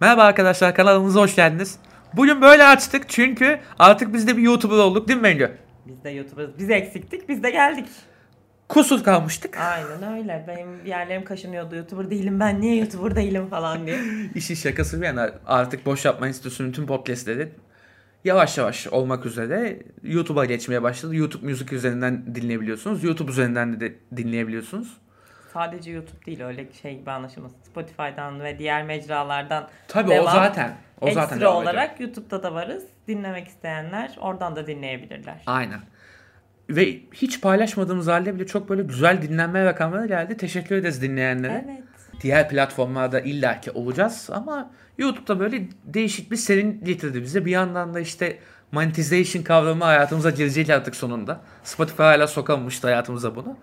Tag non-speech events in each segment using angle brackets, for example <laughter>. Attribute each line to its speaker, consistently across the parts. Speaker 1: Merhaba arkadaşlar kanalımıza hoş geldiniz. Bugün böyle açtık çünkü artık biz de bir YouTuber olduk değil mi Bengü?
Speaker 2: Biz de YouTuber'ız. Biz eksiktik. Biz de geldik.
Speaker 1: Kusur kalmıştık. <laughs>
Speaker 2: Aynen öyle. Benim yerlerim kaşınıyordu. YouTuber değilim ben. Niye YouTuber değilim falan diye.
Speaker 1: İşin şakası bir yana artık boş yapma enstitüsünün tüm podcastleri yavaş yavaş olmak üzere YouTube'a geçmeye başladı. YouTube Music üzerinden dinleyebiliyorsunuz. YouTube üzerinden de dinleyebiliyorsunuz.
Speaker 2: Sadece YouTube değil öyle şey gibi anlaşılmasın. Spotify'dan ve diğer mecralardan
Speaker 1: Tabii o
Speaker 2: Devam.
Speaker 1: zaten. O
Speaker 2: ekstra
Speaker 1: zaten devam ediyor.
Speaker 2: olarak YouTube'da da varız. Dinlemek isteyenler oradan da dinleyebilirler.
Speaker 1: Aynen. Ve hiç paylaşmadığımız halde bile çok böyle güzel dinlenme rakamları geldi. Teşekkür ederiz dinleyenlere.
Speaker 2: Evet.
Speaker 1: Diğer platformlarda illaki olacağız ama YouTube'da böyle değişik bir serin getirdi bize. Bir yandan da işte monetization kavramı hayatımıza girecek artık sonunda. Spotify hala sokamamıştı hayatımıza bunu.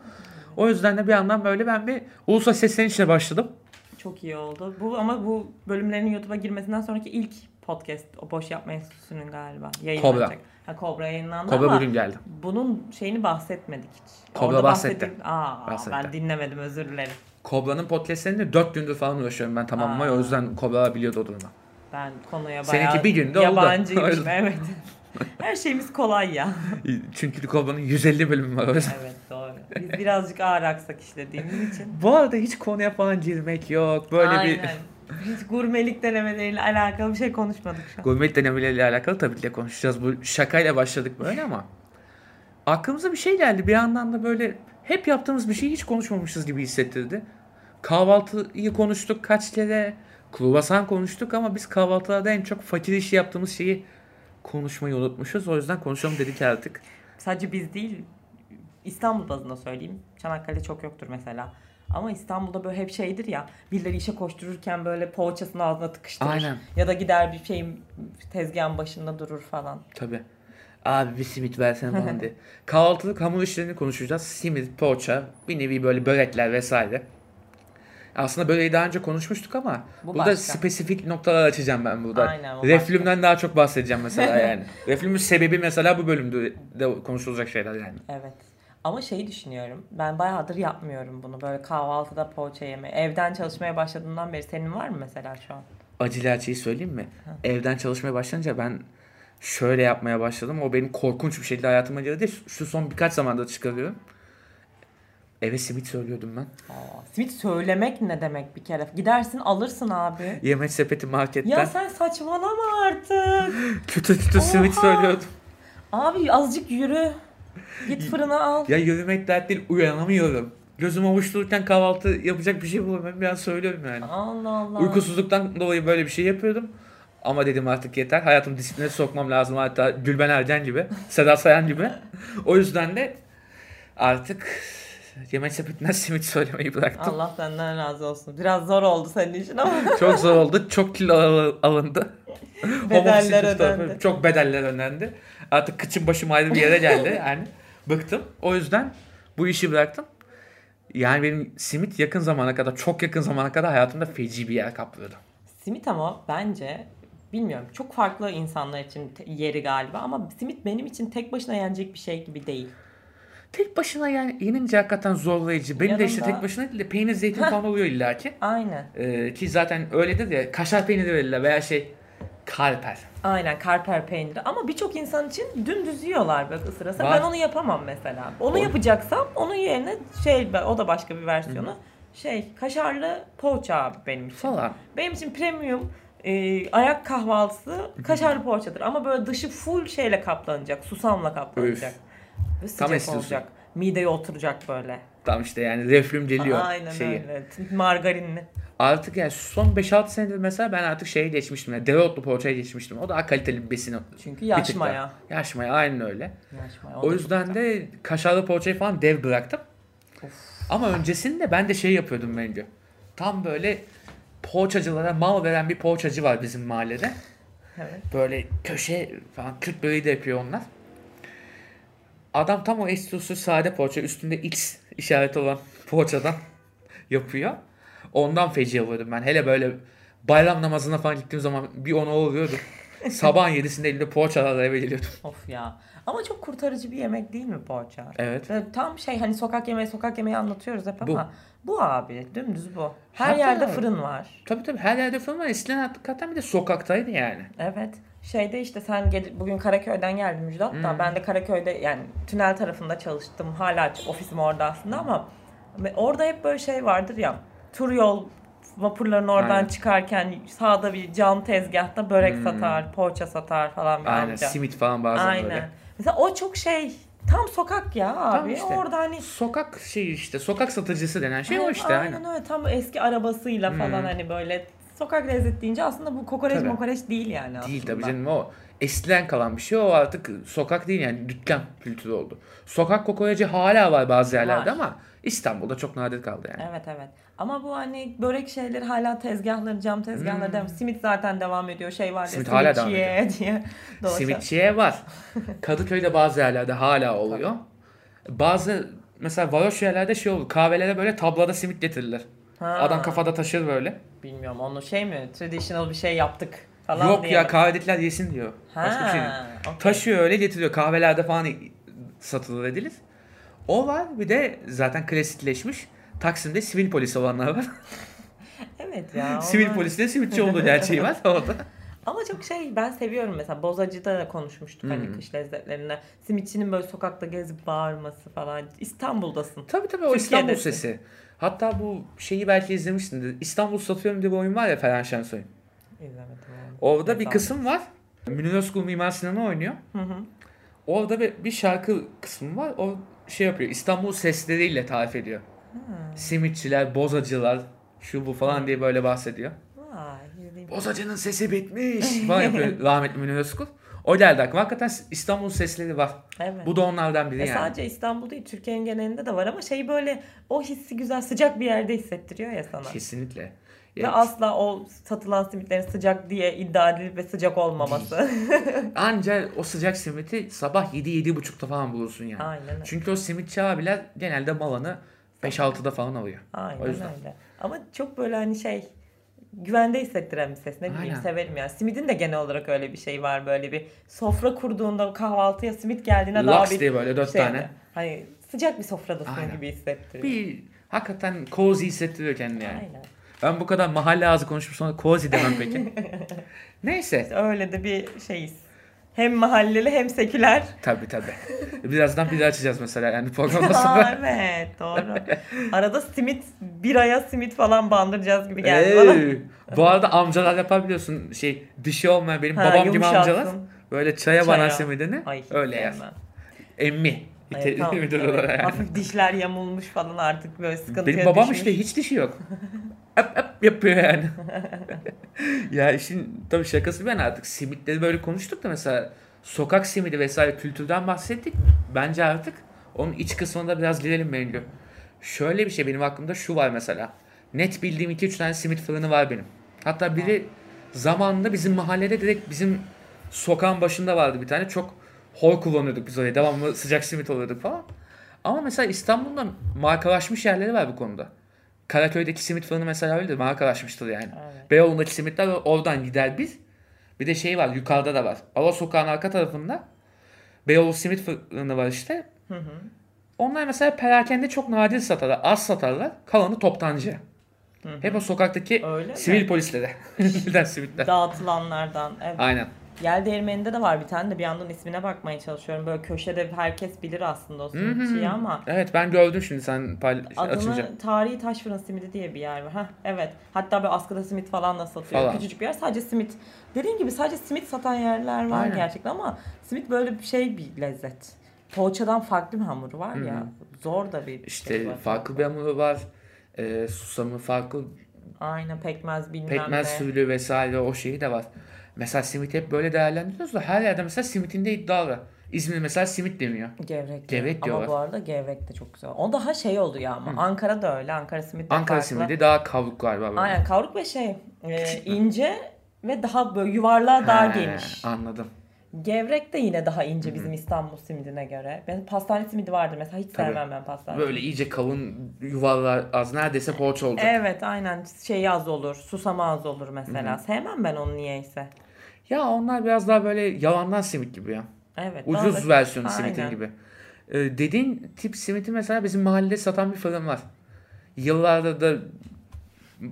Speaker 1: O yüzden de bir yandan böyle ben bir ulusal seslenişle başladım.
Speaker 2: Çok iyi oldu. Bu ama bu bölümlerin YouTube'a girmesinden sonraki ilk podcast o boş yapma enstitüsünün galiba yayınlanacak.
Speaker 1: Kobra.
Speaker 2: Ha Kobra yayınlandı
Speaker 1: Kobra
Speaker 2: ama
Speaker 1: bölüm geldi.
Speaker 2: bunun şeyini bahsetmedik hiç.
Speaker 1: Kobra
Speaker 2: Orada
Speaker 1: bahsetti.
Speaker 2: bahsettik- Aa,
Speaker 1: Bahsetti.
Speaker 2: ben dinlemedim özür dilerim.
Speaker 1: Kobra'nın podcastlerini 4 gündür falan uğraşıyorum ben tamamlamaya.
Speaker 2: Aa.
Speaker 1: O yüzden Kobra biliyordu o durumu.
Speaker 2: Ben konuya
Speaker 1: Seninki
Speaker 2: bayağı
Speaker 1: bir günde oldu.
Speaker 2: yabancıymışım.
Speaker 1: <laughs> Öyle.
Speaker 2: evet. Her şeyimiz kolay
Speaker 1: <laughs>
Speaker 2: ya.
Speaker 1: Çünkü Kobra'nın 150 bölümü var o yüzden.
Speaker 2: evet doğru. Biz birazcık ağır aksak işlediğimiz için.
Speaker 1: Bu arada hiç konuya falan girmek yok. Böyle bir
Speaker 2: Aynen. Hiç gurmelik denemeleriyle alakalı bir şey konuşmadık şu an.
Speaker 1: Gurmet denemeleriyle alakalı tabii ki de konuşacağız. Bu şakayla başladık böyle ama aklımıza bir şey geldi. Bir yandan da böyle hep yaptığımız bir şeyi hiç konuşmamışız gibi hissettirdi. Kahvaltıyı konuştuk kaç kere. Kruvasan konuştuk ama biz kahvaltılarda en çok fakir işi yaptığımız şeyi konuşmayı unutmuşuz. O yüzden konuşalım dedik artık.
Speaker 2: Sadece biz değil İstanbul bazında söyleyeyim. Çanakkale çok yoktur mesela. Ama İstanbul'da böyle hep şeydir ya. Birileri işe koştururken böyle poğaçasını ağzına tıkıştırır.
Speaker 1: Aynen.
Speaker 2: Ya da gider bir şeyin tezgahın başında durur falan.
Speaker 1: Tabii. Abi bir simit versene falan
Speaker 2: <laughs>
Speaker 1: diye. Kahvaltılık hamur işlerini konuşacağız. Simit, poğaça, bir nevi böyle börekler vesaire. Aslında böreği daha önce konuşmuştuk ama
Speaker 2: Bu
Speaker 1: burada
Speaker 2: başka.
Speaker 1: spesifik noktalar açacağım ben burada.
Speaker 2: Aynen, o
Speaker 1: Reflümden daha çok bahsedeceğim
Speaker 2: <laughs>
Speaker 1: mesela yani. Reflümün sebebi mesela bu bölümde de konuşulacak şeyler yani.
Speaker 2: Evet. Ama şeyi düşünüyorum. Ben bayağıdır yapmıyorum bunu. Böyle kahvaltıda poğaça yeme. Evden çalışmaya başladığından beri senin var mı mesela şu an?
Speaker 1: Acilacıyı söyleyeyim mi? Evden çalışmaya başlayınca ben şöyle yapmaya başladım. O benim korkunç bir şekilde hayatıma girdi. Şu son birkaç zamanda çıkarıyorum. Eve simit söylüyordum ben.
Speaker 2: Aa, simit söylemek ne demek bir kere? Gidersin alırsın abi.
Speaker 1: Yemek sepeti marketten.
Speaker 2: Ya sen saçmalama artık.
Speaker 1: Kötü kötü simit
Speaker 2: Oha!
Speaker 1: söylüyordum.
Speaker 2: Abi azıcık yürü. Git fırına al.
Speaker 1: Ya yürümek dert değil uyanamıyorum. Gözüm avuç dururken kahvaltı yapacak bir şey bulamıyorum. Ben söylüyorum yani.
Speaker 2: Allah Allah.
Speaker 1: Uykusuzluktan dolayı böyle bir şey yapıyordum. Ama dedim artık yeter. Hayatımı disipline sokmam lazım. Hatta Gülben Ercan gibi. Seda Sayan gibi. O yüzden de artık yemek sepetinden simit söylemeyi bıraktım.
Speaker 2: Allah senden razı olsun. Biraz zor oldu senin için ama
Speaker 1: Çok zor oldu. Çok kilo al- alındı.
Speaker 2: bedeller
Speaker 1: Homofobistik tarafı
Speaker 2: ödendi.
Speaker 1: Çok bedeller ödendi. Artık kıçım başım ayrı bir yere
Speaker 2: <laughs>
Speaker 1: geldi. Yani bıktım. O yüzden bu işi bıraktım. Yani benim simit yakın zamana kadar, çok yakın zamana kadar hayatımda feci bir yer kaplıyordu.
Speaker 2: Simit ama bence bilmiyorum çok farklı insanlar için te- yeri galiba ama simit benim için tek başına yenecek bir şey gibi değil.
Speaker 1: Tek başına yani yenince hakikaten zorlayıcı. Benim de işte
Speaker 2: Yanında-
Speaker 1: tek başına değil de peynir zeytin falan oluyor illaki.
Speaker 2: Aynen.
Speaker 1: Ee, ki zaten öyledir ya kaşar peyniri verirler veya şey kalper.
Speaker 2: Aynen karper peyniri ama birçok insan için dümdüz yiyorlar bak ısırasa.
Speaker 1: Var.
Speaker 2: Ben onu yapamam mesela. Onu
Speaker 1: Doğru.
Speaker 2: yapacaksam onun yerine şey o da başka bir versiyonu. Şey kaşarlı poğaça abi benim için.
Speaker 1: Falan.
Speaker 2: Benim için premium e, ayak kahvaltısı kaşarlı poğaçadır ama böyle dışı full şeyle kaplanacak. Susamla kaplanacak. Ve sıcak
Speaker 1: istiyorsun.
Speaker 2: olacak. Mideye oturacak böyle.
Speaker 1: Tam işte yani reflüm geliyor
Speaker 2: Aynen
Speaker 1: şeyi.
Speaker 2: öyle. Margarinli.
Speaker 1: Artık yani son 5-6 senedir mesela ben artık şeye geçmiştim. Yani dereotlu poğaçaya geçmiştim. O daha kaliteli bir besin. Bir
Speaker 2: Çünkü
Speaker 1: tık daha.
Speaker 2: yaşmaya.
Speaker 1: Yaşmaya aynen öyle.
Speaker 2: Yaşmaya.
Speaker 1: O yüzden de kaşarlı poğaçayı falan dev bıraktım. Ama öncesinde ben de şey yapıyordum bence. Tam böyle poğaçacılara mal veren bir poğaçacı var bizim mahallede.
Speaker 2: Evet.
Speaker 1: Böyle köşe falan Kürt böreği de yapıyor onlar. Adam tam o eski usul sade poğaça üstünde X işareti olan <laughs> poğaçadan yapıyor. Ondan feci alıyordum ben. Hele böyle bayram namazına falan gittiğim zaman bir ona oluyordum. Sabah 7'sinde elinde poğaçalarla eve geliyordum.
Speaker 2: Of ya. Ama çok kurtarıcı bir yemek değil mi poğaça?
Speaker 1: Evet.
Speaker 2: Ve Tam şey hani sokak yemeği sokak yemeği anlatıyoruz hep
Speaker 1: Bu.
Speaker 2: ama bu abi dümdüz bu. Her
Speaker 1: Hatta-
Speaker 2: yerde fırın var.
Speaker 1: Tabii tabii her yerde falan var. Eskiden hakikaten bir de sokaktaydı yani.
Speaker 2: Evet. Şeyde işte sen gel- bugün Karaköy'den geldin Müjdat da
Speaker 1: Hmm.
Speaker 2: ben de Karaköy'de yani tünel tarafında çalıştım. Hala ç- ofisim orada aslında ama ve orada hep böyle şey vardır ya. Tur yol vapurların oradan
Speaker 1: Aynen.
Speaker 2: çıkarken sağda bir cam tezgahta börek
Speaker 1: Hmm.
Speaker 2: satar, poğaça satar falan bir
Speaker 1: Aynen
Speaker 2: amca.
Speaker 1: simit falan bazen
Speaker 2: Aynen.
Speaker 1: böyle.
Speaker 2: Mesela o çok şey tam sokak ya abi.
Speaker 1: Tam işte.
Speaker 2: Orada hani
Speaker 1: Sokak şeyi işte sokak satıcısı denen şey o
Speaker 2: Evet,
Speaker 1: işte
Speaker 2: aynen.
Speaker 1: aynen.
Speaker 2: öyle tam eski arabasıyla falan
Speaker 1: Hmm.
Speaker 2: hani böyle sokak lezzet deyince aslında bu kokoreç
Speaker 1: Tabii.
Speaker 2: mokoreç değil yani aslında.
Speaker 1: Değil tabii canım o. Eskiden kalan bir şey o artık sokak değil yani dükkan kültürü oldu. Sokak kokoreci hala var bazı yerlerde
Speaker 2: Var.
Speaker 1: ama İstanbul'da çok nadir kaldı yani.
Speaker 2: Evet evet. Ama bu hani börek şeyleri hala tezgahları cam tezgahları devam- Simit zaten devam ediyor. Şey var ya
Speaker 1: Hmm. Simit hala devam
Speaker 2: simitçiye <laughs> diye. dolaşan.
Speaker 1: Simitçiye
Speaker 2: <laughs>
Speaker 1: var. Kadıköy'de bazı yerlerde hala oluyor. Bazı mesela varoş yerlerde şey olur. Kahvelere böyle tablada simit getirirler.
Speaker 2: Ha,
Speaker 1: Adam kafada taşır böyle.
Speaker 2: Bilmiyorum onu şey mi? Traditional bir şey yaptık falan
Speaker 1: Yok
Speaker 2: diye.
Speaker 1: ya
Speaker 2: mi?
Speaker 1: kahvedekiler yesin diyor. Başka bir şey değil.
Speaker 2: okey.
Speaker 1: Taşıyor öyle getiriyor. Kahvelerde falan satılır edilir. O var. Bir de zaten klasikleşmiş. Taksim'de sivil polis olanlar var. <laughs>
Speaker 2: Evet ya.
Speaker 1: sivil
Speaker 2: onlar-
Speaker 1: polis de sivilçi olduğu gerçeği var orada.
Speaker 2: Ama çok şey ben seviyorum mesela Bozacı'da da konuşmuştuk hani
Speaker 1: Hmm.
Speaker 2: kış lezzetlerinde. Simitçinin böyle sokakta gezip bağırması falan. İstanbul'dasın.
Speaker 1: <laughs> Tabii tabii o İstanbul
Speaker 2: Türkiye'desi.
Speaker 1: sesi. Hatta bu şeyi belki izlemişsindir. İstanbul Satıyorum diye bir oyun var ya Ferhan Şensoy'un.
Speaker 2: İzlemedim yani.
Speaker 1: Orada bir
Speaker 2: Tamam.
Speaker 1: kısım var. Münir Özkul Mimar Sinan'ı oynuyor.
Speaker 2: Hı hı.
Speaker 1: Orada bir, bir şarkı kısmı var. O şey yapıyor. İstanbul sesleriyle tarif ediyor. Simitçiler, bozacılar, şu bu falan diye böyle bahsediyor.
Speaker 2: Vay, izleyeyim.
Speaker 1: Bozacının sesi <laughs> bitmiş falan
Speaker 2: <laughs>
Speaker 1: yapıyor rahmetli Münir Özkul. O geldi aklıma. Hakikaten İstanbul sesleri var.
Speaker 2: Evet.
Speaker 1: Bu da onlardan biri
Speaker 2: E
Speaker 1: yani.
Speaker 2: Sadece İstanbul değil Türkiye'nin genelinde de var ama şey böyle o hissi güzel sıcak bir yerde hissettiriyor ya sana.
Speaker 1: Kesinlikle.
Speaker 2: Ve
Speaker 1: Ya,
Speaker 2: asla o satılan simitlerin sıcak diye iddia edilip ve sıcak olmaması.
Speaker 1: anca o sıcak simiti sabah 7-7.30'da falan bulursun yani.
Speaker 2: <laughs> Aynen öyle.
Speaker 1: Çünkü o simitçi abiler genelde malanı 5-6'da falan alıyor.
Speaker 2: Aynen
Speaker 1: O yüzden.
Speaker 2: öyle. Ama çok böyle hani şey güvende hissettiren bir ses. Ne bileyim
Speaker 1: Aynen.
Speaker 2: severim yani. Simidin de genel olarak öyle bir şey var. Böyle bir sofra kurduğunda kahvaltıya simit geldiğine daha
Speaker 1: Lux
Speaker 2: bir
Speaker 1: diye böyle 4
Speaker 2: şey.
Speaker 1: tane.
Speaker 2: Hani sıcak bir sofradasın
Speaker 1: Aynen.
Speaker 2: gibi hissettiriyor.
Speaker 1: Bir hakikaten cozy hissettiriyor kendini yani.
Speaker 2: Aynen.
Speaker 1: Ben bu kadar mahalle ağzı konuşup sonra cozy demem
Speaker 2: <laughs>
Speaker 1: peki. Neyse.
Speaker 2: Öyle de bir şeyiz. Hem mahalleli hem seküler.
Speaker 1: Tabii tabii. Birazdan bir açacağız mesela yani
Speaker 2: <laughs>
Speaker 1: programda
Speaker 2: Aa,
Speaker 1: sonra.
Speaker 2: evet doğru. Arada simit, biraya simit falan bandıracağız gibi geldi bana.
Speaker 1: Ey, <laughs> bu arada amcalar yapar biliyorsun şey dişi olmayan benim
Speaker 2: Ha,
Speaker 1: babam gibi
Speaker 2: yumuşatsın.
Speaker 1: amcalar. Böyle çaya,
Speaker 2: Çaya.
Speaker 1: banan simidini
Speaker 2: Ay, hiç
Speaker 1: öyle yer.
Speaker 2: sevmem.
Speaker 1: Emmi.
Speaker 2: Evet,
Speaker 1: İte- <laughs>
Speaker 2: tamam,
Speaker 1: müdür
Speaker 2: evet.
Speaker 1: olarak yani.
Speaker 2: Hafif dişler yamulmuş falan artık böyle sıkıntıya
Speaker 1: Benim babam
Speaker 2: düşmüş.
Speaker 1: işte hiç dişi yok. <laughs> Öp öp yapıyor yani. <laughs> ya işin tabii şakası ben artık simitleri böyle konuştuk da mesela sokak simidi vesaire kültürden bahsettik. Bence artık onun iç kısmında biraz girelim Bengü. Şöyle bir şey benim aklımda şu var mesela. Net bildiğim 2-3 tane simit fırını var benim. Hatta biri zamanında bizim mahallede direkt bizim sokağın başında vardı bir tane. Çok hor kullanıyorduk biz oraya. Devamlı sıcak simit oluyorduk falan. Ama mesela İstanbul'da markalaşmış yerleri var bu konuda. Karaköy'deki simit fırını mesela öyledir. Markalaşmıştır yani.
Speaker 2: Evet.
Speaker 1: Beyoğlu'ndaki simitler oradan gider bir. Bir de şey var yukarıda da var. Ala sokağın arka tarafında Beyoğlu simit fırını var işte.
Speaker 2: Hı hı.
Speaker 1: Onlar mesela perakende çok nadir satarlar. Az satarlar. Kalanı toptancı.
Speaker 2: Hı hı.
Speaker 1: Hep o sokaktaki
Speaker 2: Öyle
Speaker 1: sivil
Speaker 2: mi?
Speaker 1: polislere. <laughs> Giden simitler.
Speaker 2: Dağıtılanlardan. Evet.
Speaker 1: Aynen.
Speaker 2: Yel değirmeninde de var bir tane de bir yandan ismine bakmaya çalışıyorum. Böyle köşede herkes bilir aslında o simitçiyi ama
Speaker 1: Evet ben gördüm şimdi sen paylaş
Speaker 2: adını
Speaker 1: açınca.
Speaker 2: tarihi taş fırın simidi diye bir yer var. Heh, evet. Hatta böyle askıda simit falan da satıyor.
Speaker 1: Falan.
Speaker 2: Küçücük bir yer sadece simit. Dediğim gibi sadece simit satan yerler var
Speaker 1: Aynen.
Speaker 2: gerçekten ama simit böyle bir şey bir lezzet. Poğaçadan farklı bir hamuru var ya. Zor da bir şey
Speaker 1: İşte
Speaker 2: var.
Speaker 1: farklı bir hamuru var. E, susamı farklı
Speaker 2: Aynen pekmez bilmem
Speaker 1: pekmez
Speaker 2: ne.
Speaker 1: sürülü vesaire o şeyi de var. Mesela simit hep böyle değerlendiriyoruz da her yerde mesela simitinde iddialı. İzmir mesela simit demiyor.
Speaker 2: Gevrek.
Speaker 1: Gevrek
Speaker 2: Ama
Speaker 1: diyorlar.
Speaker 2: bu arada gevrek de çok güzel. O daha şey oldu ya ama. Ankara da öyle. Ankara simidi de
Speaker 1: Ankara
Speaker 2: farklı.
Speaker 1: simidi daha kavruk galiba. böyle.
Speaker 2: Aynen kavruk ve şey e, ince ve daha böyle yuvarlığa daha
Speaker 1: He,
Speaker 2: geniş.
Speaker 1: Anladım.
Speaker 2: Gevrek de yine daha ince bizim İstanbul simidine göre. Ben pastane simidi vardı mesela hiç
Speaker 1: Tabii.
Speaker 2: sevmem ben pastane.
Speaker 1: Böyle iyice kalın yuvarlar az neredeyse poğaça olacak.
Speaker 2: Evet aynen şey az olur, susam az olur mesela. Sevmem ben onu niyeyse.
Speaker 1: Ya onlar biraz daha böyle yalandan simit gibi ya.
Speaker 2: Evet. daha
Speaker 1: Ucuz
Speaker 2: da-
Speaker 1: versiyonu simitin
Speaker 2: Aynen.
Speaker 1: gibi. Ee, dediğin tip simiti mesela bizim mahallede satan bir fırın var. Yıllarda da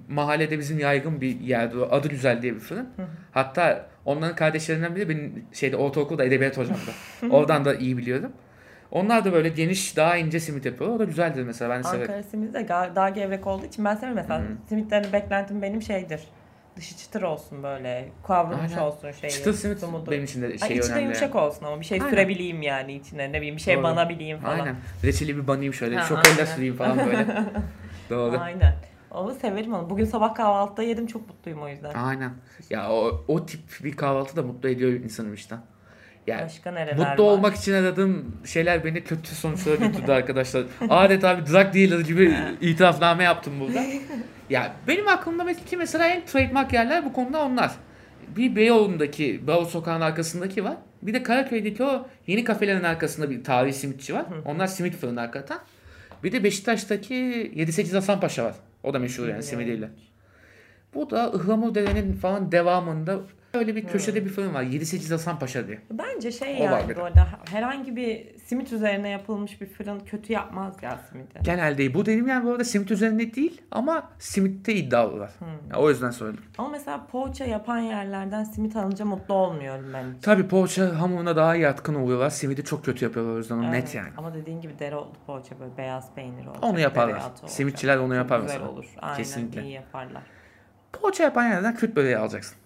Speaker 1: mahallede bizim yaygın bir yerdi. o. Adı Güzel diye bir fırın.
Speaker 2: hı.
Speaker 1: Hatta onların kardeşlerinden biri benim şeyde ortaokulda edebiyat hocamdı. Oradan da iyi biliyorum. Onlar da böyle geniş, daha ince simit yapıyorlar. O da güzeldir mesela. Ben severim.
Speaker 2: Ankara simidi de ga- daha gevrek olduğu için ben severim mesela. Simitlerin beklentim benim şeydir. Dışı çıtır olsun böyle. Kavrulmuş
Speaker 1: Aynen.
Speaker 2: olsun şeyi.
Speaker 1: Çıtır simit
Speaker 2: sumudu.
Speaker 1: benim için de
Speaker 2: Ay,
Speaker 1: şey
Speaker 2: içi de
Speaker 1: önemli.
Speaker 2: yumuşak olsun ama bir şey
Speaker 1: Aynen.
Speaker 2: sürebileyim yani içine ne bileyim bir şey
Speaker 1: Doğru.
Speaker 2: banabileyim falan.
Speaker 1: Aynen. Reçeli bir banayım şöyle.
Speaker 2: Ha,
Speaker 1: Şokolada
Speaker 2: aynen.
Speaker 1: süreyim falan
Speaker 2: <laughs>
Speaker 1: böyle. Doğru.
Speaker 2: Aynen. Onu severim onu. Bugün sabah kahvaltıda yedim çok mutluyum o yüzden.
Speaker 1: Aynen. Ya o, o tip bir kahvaltı da mutlu ediyor insanı işte. Ya
Speaker 2: Başka nereler var?
Speaker 1: mutlu olmak için aradığım şeyler beni kötü sonuçlara götürdü arkadaşlar. Adeta bir drug dealer gibi itirafname yaptım burada. Ya benim aklımda belki mesela en trademark yerler bu konuda onlar. Bir Beyoğlu'ndaki, Beyoğlu sokağının arkasındaki var. Bir de Karaköy'deki o yeni kafelerin arkasında bir tarihi simitçi var. Onlar simit fırını hakikaten. Bir de Beşiktaş'taki 7-8 Hasan Paşa var. O da meşhur yani
Speaker 2: Bilmiyorum.
Speaker 1: simidiyle. Bu da Ihlamur Dede'nin falan devamında öyle bir köşede bir fırın var. 7-8 Hasan Paşa diye.
Speaker 2: Bence şey
Speaker 1: O var bir
Speaker 2: yani
Speaker 1: de.
Speaker 2: bu arada herhangi bir simit üzerine yapılmış bir fırın kötü yapmaz ya simidi.
Speaker 1: Genelde bu dedim yani bu arada simit üzerinde değil ama simitte iddialılar. Ya o yüzden söyledim.
Speaker 2: Hmm. Ama mesela poğaça yapan yerlerden simit alınca mutlu olmuyorum ben.
Speaker 1: Tabii poğaça hamuruna daha yatkın oluyorlar. Simidi çok kötü yapıyorlar o yüzden o net
Speaker 2: Evet.
Speaker 1: yani.
Speaker 2: Ama dediğin gibi dereotlu poğaça böyle beyaz peynir olacak.
Speaker 1: Onu yaparlar.
Speaker 2: dereotu olacak.
Speaker 1: Simitçiler onu yapar
Speaker 2: Çok güzel
Speaker 1: mesela.
Speaker 2: olur. Aynen
Speaker 1: Kesinlikle.
Speaker 2: iyi yaparlar.
Speaker 1: Poğaça yapan yerden Kürt böreği alacaksın.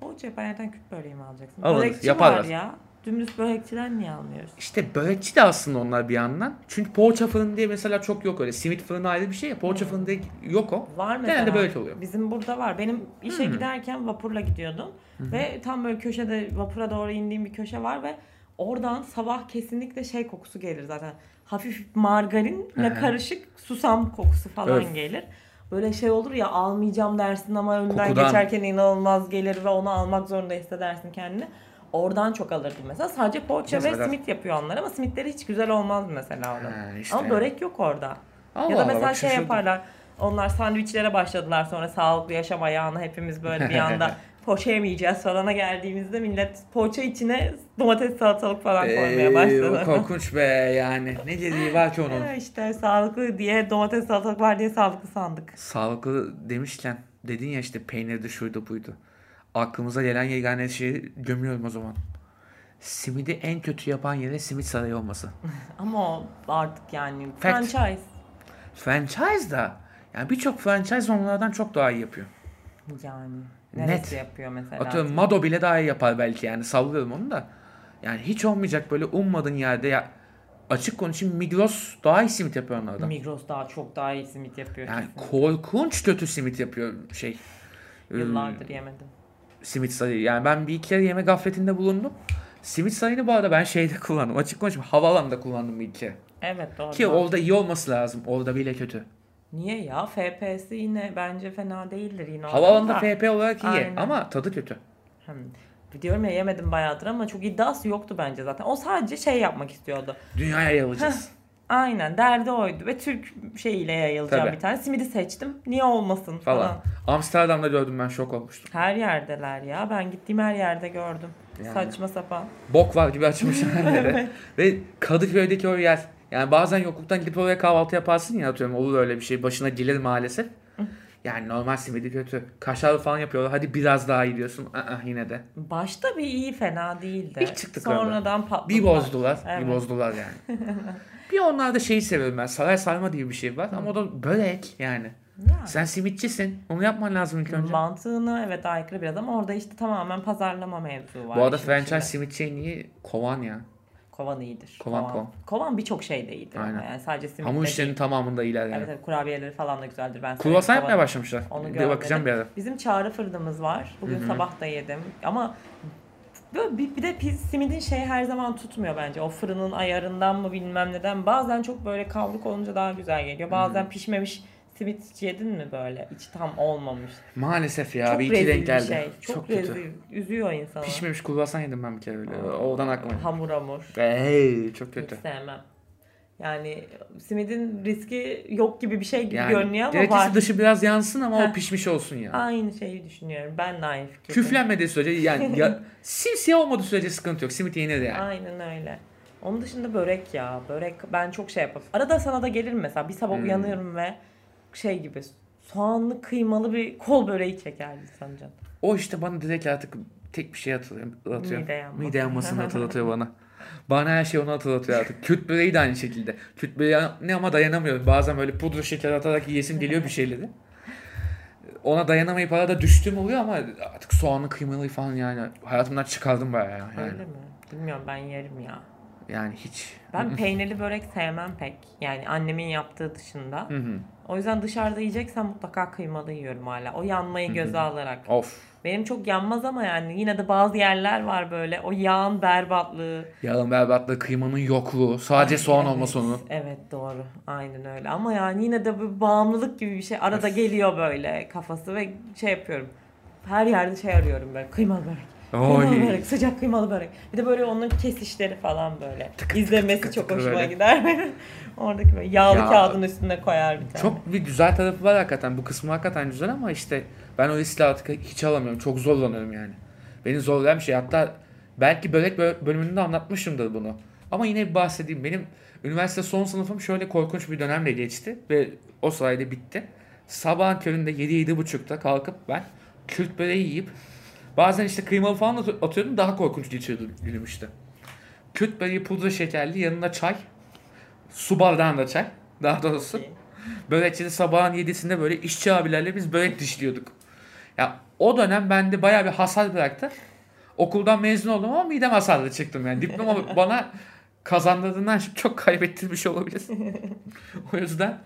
Speaker 2: Poğaça yapan yerden küp böreği mi alacaksın?
Speaker 1: Alırız,
Speaker 2: Börekçi
Speaker 1: yaparlar.
Speaker 2: var ya. Dümdüz börekçiler niye almıyoruz?
Speaker 1: İşte börekçi de aslında onlar bir yandan. Çünkü poğaça fırını diye mesela çok yok öyle. Simit fırını ayrı bir şey ya. Poğaça fırını diye yok o.
Speaker 2: Var mesela.
Speaker 1: Genelde börek oluyor. Hmm.
Speaker 2: Bizim burada var. Benim işe giderken vapurla gidiyordum. Ve tam böyle köşede vapura doğru indiğim bir köşe var ve oradan sabah kesinlikle şey kokusu gelir zaten. Hafif margarinle
Speaker 1: Aha.
Speaker 2: karışık susam kokusu falan
Speaker 1: Öf.
Speaker 2: gelir. Böyle şey olur ya almayacağım dersin ama önünden
Speaker 1: Kokudan.
Speaker 2: geçerken inanılmaz gelir ve onu almak zorunda hissedersin kendini. Oradan çok alırdım mesela. Sadece poğaça
Speaker 1: Mesela.
Speaker 2: ve simit yapıyor onlar ama simitleri hiç güzel olmaz mesela orada.
Speaker 1: Ha, işte
Speaker 2: ama
Speaker 1: yani.
Speaker 2: börek yok orada.
Speaker 1: Allah
Speaker 2: ya da
Speaker 1: Allah,
Speaker 2: mesela
Speaker 1: bak
Speaker 2: şey
Speaker 1: şaşırdım.
Speaker 2: yaparlar. Onlar sandviçlere başladılar sonra sağlıklı yaşam ayağına hepimiz böyle bir
Speaker 1: <laughs>
Speaker 2: anda poğaça yemeyeceğiz falana geldiğimizde millet poğaça içine domates salatalık falan koymaya
Speaker 1: Ee,
Speaker 2: başladı.
Speaker 1: o
Speaker 2: <laughs>
Speaker 1: korkunç be yani. Ne dediği var ki onun.
Speaker 2: Ha işte sağlıklı diye domates salatalık var diye sağlıklı sandık.
Speaker 1: Sağlıklı demişken dedin ya işte peynirdi şuydu buydu. Aklımıza gelen yegane şeyi gömüyorum o zaman. Simidi en kötü yapan yere simit sarayı olması.
Speaker 2: Ama o artık yani
Speaker 1: Fact.
Speaker 2: franchise.
Speaker 1: franchise da yani birçok franchise onlardan çok daha iyi yapıyor.
Speaker 2: Yani
Speaker 1: Net.
Speaker 2: neresi yapıyor mesela?
Speaker 1: Atıyorum Mado bile daha iyi yapar belki yani sallıyorum onu da. Yani hiç olmayacak böyle ummadığın yerde ya açık konuşayım Migros daha iyi simit yapıyor onlardan.
Speaker 2: Migros daha çok daha iyi simit yapıyor.
Speaker 1: Yani
Speaker 2: kesin.
Speaker 1: korkunç kötü simit yapıyor şey. Ee,
Speaker 2: Yıllardır yemedim.
Speaker 1: simit sarayı. Yani ben bir iki kere yeme gafletinde bulundum. Simit sarayını bu arada ben şeyde <laughs> kullandım. Açık konuşayım havaalanında kullandım bir iki. kere.
Speaker 2: Evet doğru.
Speaker 1: Ki orada iyi olması lazım. Orada bile kötü.
Speaker 2: Niye ya? FP'si yine bence fena değildir yine.
Speaker 1: Havaalanında
Speaker 2: ortalama.
Speaker 1: FP olarak iyi
Speaker 2: Aynen.
Speaker 1: ama tadı kötü.
Speaker 2: Hmm. Diyorum ya yemedim bayağıdır ama çok iddiası yoktu bence zaten. O sadece şey yapmak istiyordu.
Speaker 1: Dünyaya yayılacağız.
Speaker 2: Aynen derdi oydu ve Türk şeyiyle yayılacağım
Speaker 1: Tabii.
Speaker 2: bir tane. Simidi seçtim. Niye olmasın falan.
Speaker 1: falan. Amsterdam'da gördüm ben şok olmuştum.
Speaker 2: Her yerdeler ya. Ben gittiğim her yerde gördüm.
Speaker 1: Yani. <laughs>
Speaker 2: Saçma sapan.
Speaker 1: Bok var gibi açmışlar yerleri. Ve Kadıköy'deki o yer. Yani bazen yokluktan gidip oraya kahvaltı yaparsın ya atıyorum olur öyle bir şey. Başına gelir maalesef. Yani normal simidi kötü. Kaşarlı falan yapıyorlar. Hadi biraz daha iyi diyorsun. Aa, yine de.
Speaker 2: Başta bir iyi fena değildi.
Speaker 1: İlk çıktıklarında.
Speaker 2: Sonradan patladı.
Speaker 1: Bir bozdular.
Speaker 2: Evet.
Speaker 1: Bir bozdular
Speaker 2: <laughs>
Speaker 1: yani. bir onlarda şeyi seviyorum ben. Saray sarma diye bir şey var. Ama o da börek yani.
Speaker 2: Yani.
Speaker 1: Sen simitçisin. Onu yapman lazım ilk önce.
Speaker 2: Mantığına evet aykırı biraz ama orada işte tamamen pazarlama mevzu var.
Speaker 1: Bu arada
Speaker 2: işin
Speaker 1: franchise
Speaker 2: içinde.
Speaker 1: simitçi en iyi kovan ya.
Speaker 2: Kovan iyidir.
Speaker 1: Kovan,
Speaker 2: Kovan,
Speaker 1: kovan.
Speaker 2: Kovan birçok şeyde iyidir. ama
Speaker 1: Aynen.
Speaker 2: Yani sadece simit
Speaker 1: Hamur
Speaker 2: de
Speaker 1: işlerinin
Speaker 2: değil.
Speaker 1: tamamında iyiler yani.
Speaker 2: Evet, evet, kurabiyeleri falan da güzeldir. Ben severim
Speaker 1: Kruvasan
Speaker 2: Kovan'ı.
Speaker 1: yapmaya başlamışlar.
Speaker 2: Onu
Speaker 1: bir
Speaker 2: görmedim.
Speaker 1: bakacağım bir ara.
Speaker 2: Bizim çağrı fırınımız var. Bugün sabah da yedim. Ama böyle bir, bir de pis, simidin şeyi her zaman tutmuyor bence. O fırının ayarından mı bilmem neden. Bazen çok böyle kavruk olunca daha güzel geliyor. Bazen pişmemiş simit hiç yedin mi böyle? İçi tam olmamış.
Speaker 1: Maalesef ya
Speaker 2: çok
Speaker 1: bir iki
Speaker 2: rezil
Speaker 1: denk
Speaker 2: bir
Speaker 1: geldi.
Speaker 2: şey. Çok,
Speaker 1: Çok,
Speaker 2: rezil.
Speaker 1: kötü.
Speaker 2: Üzüyor insanı.
Speaker 1: Pişmemiş kruvasan yedim ben bir kere öyle. Oradan aklıma.
Speaker 2: Hamur hamur.
Speaker 1: Hey çok
Speaker 2: Hiç
Speaker 1: kötü.
Speaker 2: sevmem. Yani simidin riski yok gibi bir şey gibi
Speaker 1: Yani
Speaker 2: görünüyor ama
Speaker 1: gerekirse
Speaker 2: var.
Speaker 1: dışı biraz yansın ama o
Speaker 2: Heh.
Speaker 1: pişmiş olsun ya.
Speaker 2: Aynı şeyi düşünüyorum. Ben de aynı fikirdeyim.
Speaker 1: Küflenmediği sürece yani ya, simsiyah olmadığı sürece sıkıntı yok. Simit yenir yani.
Speaker 2: Aynen öyle. Onun dışında börek ya. Börek ben çok şey yaparım. Arada sana da gelirim mesela. Bir sabah
Speaker 1: Hmm.
Speaker 2: uyanıyorum ve şey gibi soğanlı kıymalı bir kol böreği çekerdi sanacağım.
Speaker 1: O işte bana direkt artık tek bir şey hatırlatıyor.
Speaker 2: Mide yanması.
Speaker 1: Mide yanmasını hatırlatıyor bana. Bana her şey onu hatırlatıyor artık. Kürt böreği de aynı şekilde. Kürt böreği ne ama dayanamıyorum. Bazen böyle pudra şeker atarak yiyesim geliyor bir şeyleri. Ona dayanamayıp arada düştüğüm oluyor ama artık soğanlı kıymalı falan yani hayatımdan çıkardım bayağı yani.
Speaker 2: Öyle mi? Bilmiyorum ben yerim ya.
Speaker 1: Yani hiç.
Speaker 2: Ben peynirli börek sevmem pek. Yani annemin yaptığı dışında.
Speaker 1: Hı hı.
Speaker 2: O yüzden dışarıda yiyeceksem mutlaka kıymalı yiyorum hala. O yanmayı göze alarak.
Speaker 1: of.
Speaker 2: Benim çok yanmaz ama yani yine de bazı yerler var böyle. O yağın berbatlığı.
Speaker 1: Yağın berbatlığı, kıymanın yokluğu, sadece soğan
Speaker 2: Evet,
Speaker 1: olması onu.
Speaker 2: Evet doğru. Aynen öyle. Ama yani yine de bir bağımlılık gibi bir şey. Arada geliyor böyle kafası ve şey yapıyorum. Her yerde şey arıyorum böyle. Kıymalı börek. Kıymalı
Speaker 1: Oy.
Speaker 2: börek. Sıcak kıymalı börek. Bir de böyle onların kesişleri falan böyle. İzlemesi çok
Speaker 1: tık
Speaker 2: hoşuma
Speaker 1: böyle.
Speaker 2: gider. <laughs> Oradaki böyle yağlı
Speaker 1: Ya.
Speaker 2: kağıdın üstüne koyar bir tane.
Speaker 1: Çok bir güzel tarafı var hakikaten. Bu kısmı hakikaten güzel ama işte ben o riskle artık hiç alamıyorum. Çok zorlanıyorum yani. Beni zorlayan bir şey. Hatta belki börek bö- bölümünde anlatmışımdır bunu. Ama yine bir bahsedeyim. Benim üniversite son sınıfım şöyle korkunç bir dönemle geçti ve o sayede bitti. Sabahın köründe 7-7.30'da kalkıp ben Kürt böreği yiyip bazen işte kıymalı falan atı- atıyordum daha korkunç geçiyordu günüm işte. Kürt böreği pudra şekerli yanına çay. Su bardağında çay. Daha doğrusu.
Speaker 2: iyi.
Speaker 1: Börekçide sabahın 7'sinde böyle işçi abilerle biz börek dişliyorduk. Ya o dönem bende bayağı bir hasar bıraktı. Okuldan mezun oldum ama midem hasarlı çıktım yani. Diploma bana kazandırdığından çok kaybettirmiş olabilir. o yüzden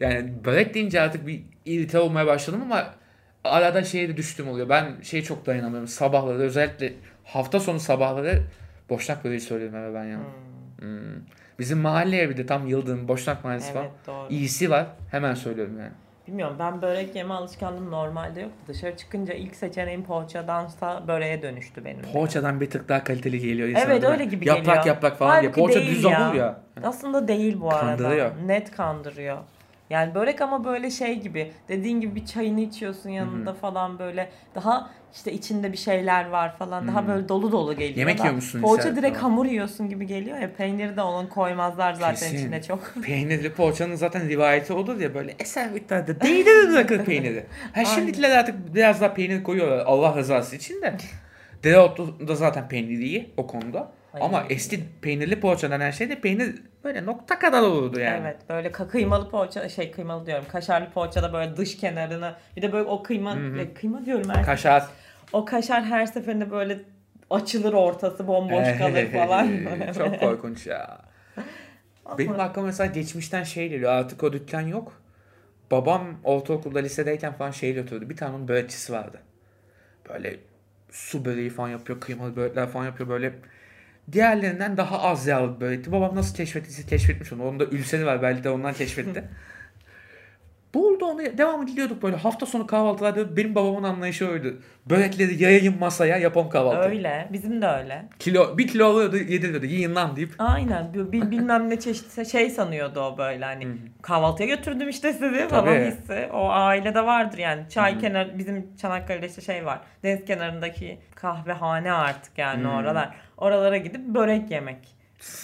Speaker 1: yani börek deyince artık bir irite olmaya başladım ama arada şeye de düştüm oluyor. Ben şeye çok dayanamıyorum. Sabahları özellikle hafta sonu sabahları boşnak böreği söylüyorum eve ben ya.
Speaker 2: Hmm,
Speaker 1: Hmm. Bizim mahalleye bir de tam yıldığım boşnak mahallesi var.
Speaker 2: evet doğru.
Speaker 1: İyisi var. Hemen söylüyorum yani.
Speaker 2: Bilmiyorum ben börek yeme alışkanlığım normalde yoktu. Dışarı çıkınca ilk seçeneğim poğaçadansa böreğe dönüştü benim. de.
Speaker 1: Poğaçadan bir tık daha kaliteli geliyor insana.
Speaker 2: Evet,
Speaker 1: değil mi?
Speaker 2: öyle gibi
Speaker 1: yaprak,
Speaker 2: geliyor.
Speaker 1: Yaprak yaprak falan diye.
Speaker 2: Halbuki
Speaker 1: Poğaça
Speaker 2: değil
Speaker 1: düz
Speaker 2: ya.
Speaker 1: hamur ya.
Speaker 2: <laughs> Aslında değil bu arada.
Speaker 1: Kandırıyor.
Speaker 2: Net kandırıyor. Yani börek ama böyle şey gibi. Dediğin gibi bir çayını içiyorsun yanında falan böyle. Daha işte içinde bir şeyler var falan. Daha
Speaker 1: Hı.
Speaker 2: böyle dolu dolu geliyor.
Speaker 1: Yemek
Speaker 2: da.
Speaker 1: yiyormuşsun
Speaker 2: Poğaça
Speaker 1: içeride
Speaker 2: direkt
Speaker 1: falan.
Speaker 2: hamur yiyorsun gibi geliyor ya. Peyniri de onun koymazlar zaten
Speaker 1: Kesin.
Speaker 2: içine çok. <laughs>
Speaker 1: Peynirli poğaçanın zaten rivayeti olur ya böyle eser miktarda değdirir bırakır
Speaker 2: <laughs>
Speaker 1: peyniri. Ha şimdikiler artık biraz daha peynir koyuyorlar Allah rızası için de. Dereotu da zaten peyniri iyi o konuda.
Speaker 2: Aynen.
Speaker 1: Ama eski peynirli poğaçadan her şeyde peynir böyle nokta kadar olurdu yani.
Speaker 2: Evet böyle ka- kıymalı poğaça şey kıymalı diyorum. Kaşarlı poğaçada böyle dış kenarını bir de böyle o kıyma e, kıyma diyorum her
Speaker 1: Kaşar.
Speaker 2: O kaşar her seferinde böyle açılır ortası
Speaker 1: <laughs>
Speaker 2: bomboş kalır falan. böyle.
Speaker 1: Çok korkunç ya.
Speaker 2: <laughs> Ama-
Speaker 1: Benim aklıma mesela geçmişten şey geliyor. Artık o dükkan yok. Babam ortaokulda lisedeyken falan şeyle oturuyordu. Bir tane onun börekçisi vardı. Böyle su böreği falan yapıyor. Kıymalı börekler falan yapıyor. Böyle diğerlerinden daha az yağlı bir börekti. Babam nasıl keşfettiyse keşfetmiş onu. Onun da ülseri var belki de ondan
Speaker 2: <laughs>
Speaker 1: keşfetti. Buldu onu devam ediyorduk böyle hafta sonu kahvaltılarda benim babamın anlayışı oydu. Börekleri yayayım masaya yapalım kahvaltı.
Speaker 2: Öyle. Bizim de öyle.
Speaker 1: Kilo, bir kilo alıyordu yediriyordu yiyin lan deyip.
Speaker 2: Aynen. Bi- bi- bilmem ne çeşit şey sanıyordu o böyle hani kahvaltıya götürdüm işte sizi falan
Speaker 1: Tabii.
Speaker 2: hissi. O ailede vardır yani. Çay kenar bizim Çanakkale'de işte şey var. Deniz kenarındaki kahvehane artık yani
Speaker 1: Hmm.
Speaker 2: oralar. Oralara gidip börek yemek.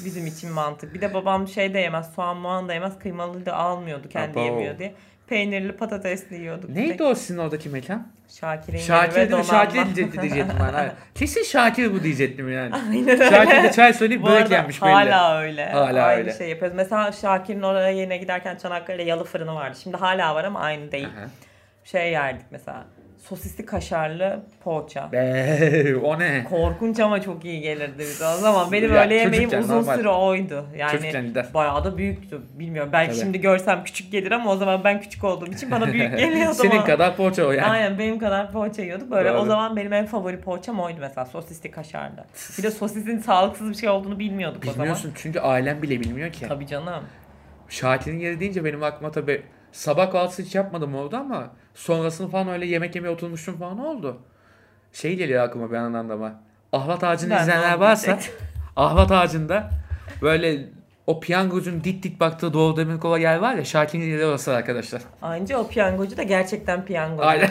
Speaker 2: Bizim için mantık. Bir de babam şey de yemez. Soğan muğan da yemez. Kıymalı da almıyordu. Kendi
Speaker 1: Abo.
Speaker 2: yemiyor diye. Peynirli patatesli yiyorduk.
Speaker 1: Neydi o sizin oradaki mekan?
Speaker 2: Şakir'in
Speaker 1: Şakir
Speaker 2: yeri ve
Speaker 1: değil mi? Şakir
Speaker 2: donanma.
Speaker 1: diyecektim, diyecektim ben. Hayır. Kesin Şakir bu diyecektim yani.
Speaker 2: <laughs> Aynen öyle.
Speaker 1: Şakir de çay söyleyip
Speaker 2: Bu
Speaker 1: börek
Speaker 2: arada
Speaker 1: yenmiş belli.
Speaker 2: hala öyle.
Speaker 1: Hala
Speaker 2: aynı
Speaker 1: öyle.
Speaker 2: şey yapıyoruz. Mesela Şakir'in oraya yerine giderken Çanakkale'de yalı fırını vardı. Şimdi hala var ama aynı değil.
Speaker 1: Aha.
Speaker 2: Şey yerdik mesela. Sosisli kaşarlı poğaça.
Speaker 1: Be, o ne?
Speaker 2: Korkunç ama çok iyi gelirdi bize o zaman. Benim
Speaker 1: Ya
Speaker 2: öyle yemeğim
Speaker 1: çocukken
Speaker 2: uzun
Speaker 1: normal.
Speaker 2: süre oydu. Yani
Speaker 1: Çocukken gider.
Speaker 2: <laughs> bayağı da büyüktü. Bilmiyorum belki
Speaker 1: Tabii.
Speaker 2: şimdi görsem küçük gelir ama o zaman ben küçük olduğum için bana
Speaker 1: <laughs>
Speaker 2: büyük geliyor o zaman.
Speaker 1: Senin kadar poğaça o yani.
Speaker 2: Aynen benim kadar poğaça yiyorduk. Böyle
Speaker 1: Doğru.
Speaker 2: o zaman benim en favori poğaçam oydu mesela sosisli kaşarlı. Bir de sosisin sağlıksız bir şey olduğunu bilmiyorduk o zaman.
Speaker 1: Bilmiyorsun çünkü ailem bile bilmiyor ki.
Speaker 2: Tabii canım.
Speaker 1: Şakir'in yeri deyince benim aklıma tabii sabah kahvaltısı hiç yapmadım orada ama sonrasını falan öyle yemek yemeye oturmuştum falan oldu. Şey geliyor aklıma bir anlamda ama. Ahlat ağacını
Speaker 2: Ben de
Speaker 1: izleyenler <laughs>
Speaker 2: onu
Speaker 1: varsa
Speaker 2: diyecektim.
Speaker 1: ahlat ağacında böyle O piyangocunun dik dik baktığı Doğu Demirkol'a yer var ya Şakir'in yeri orası arkadaşlar.
Speaker 2: Anca o piyangocu da gerçekten piyangocu.
Speaker 1: Aynen.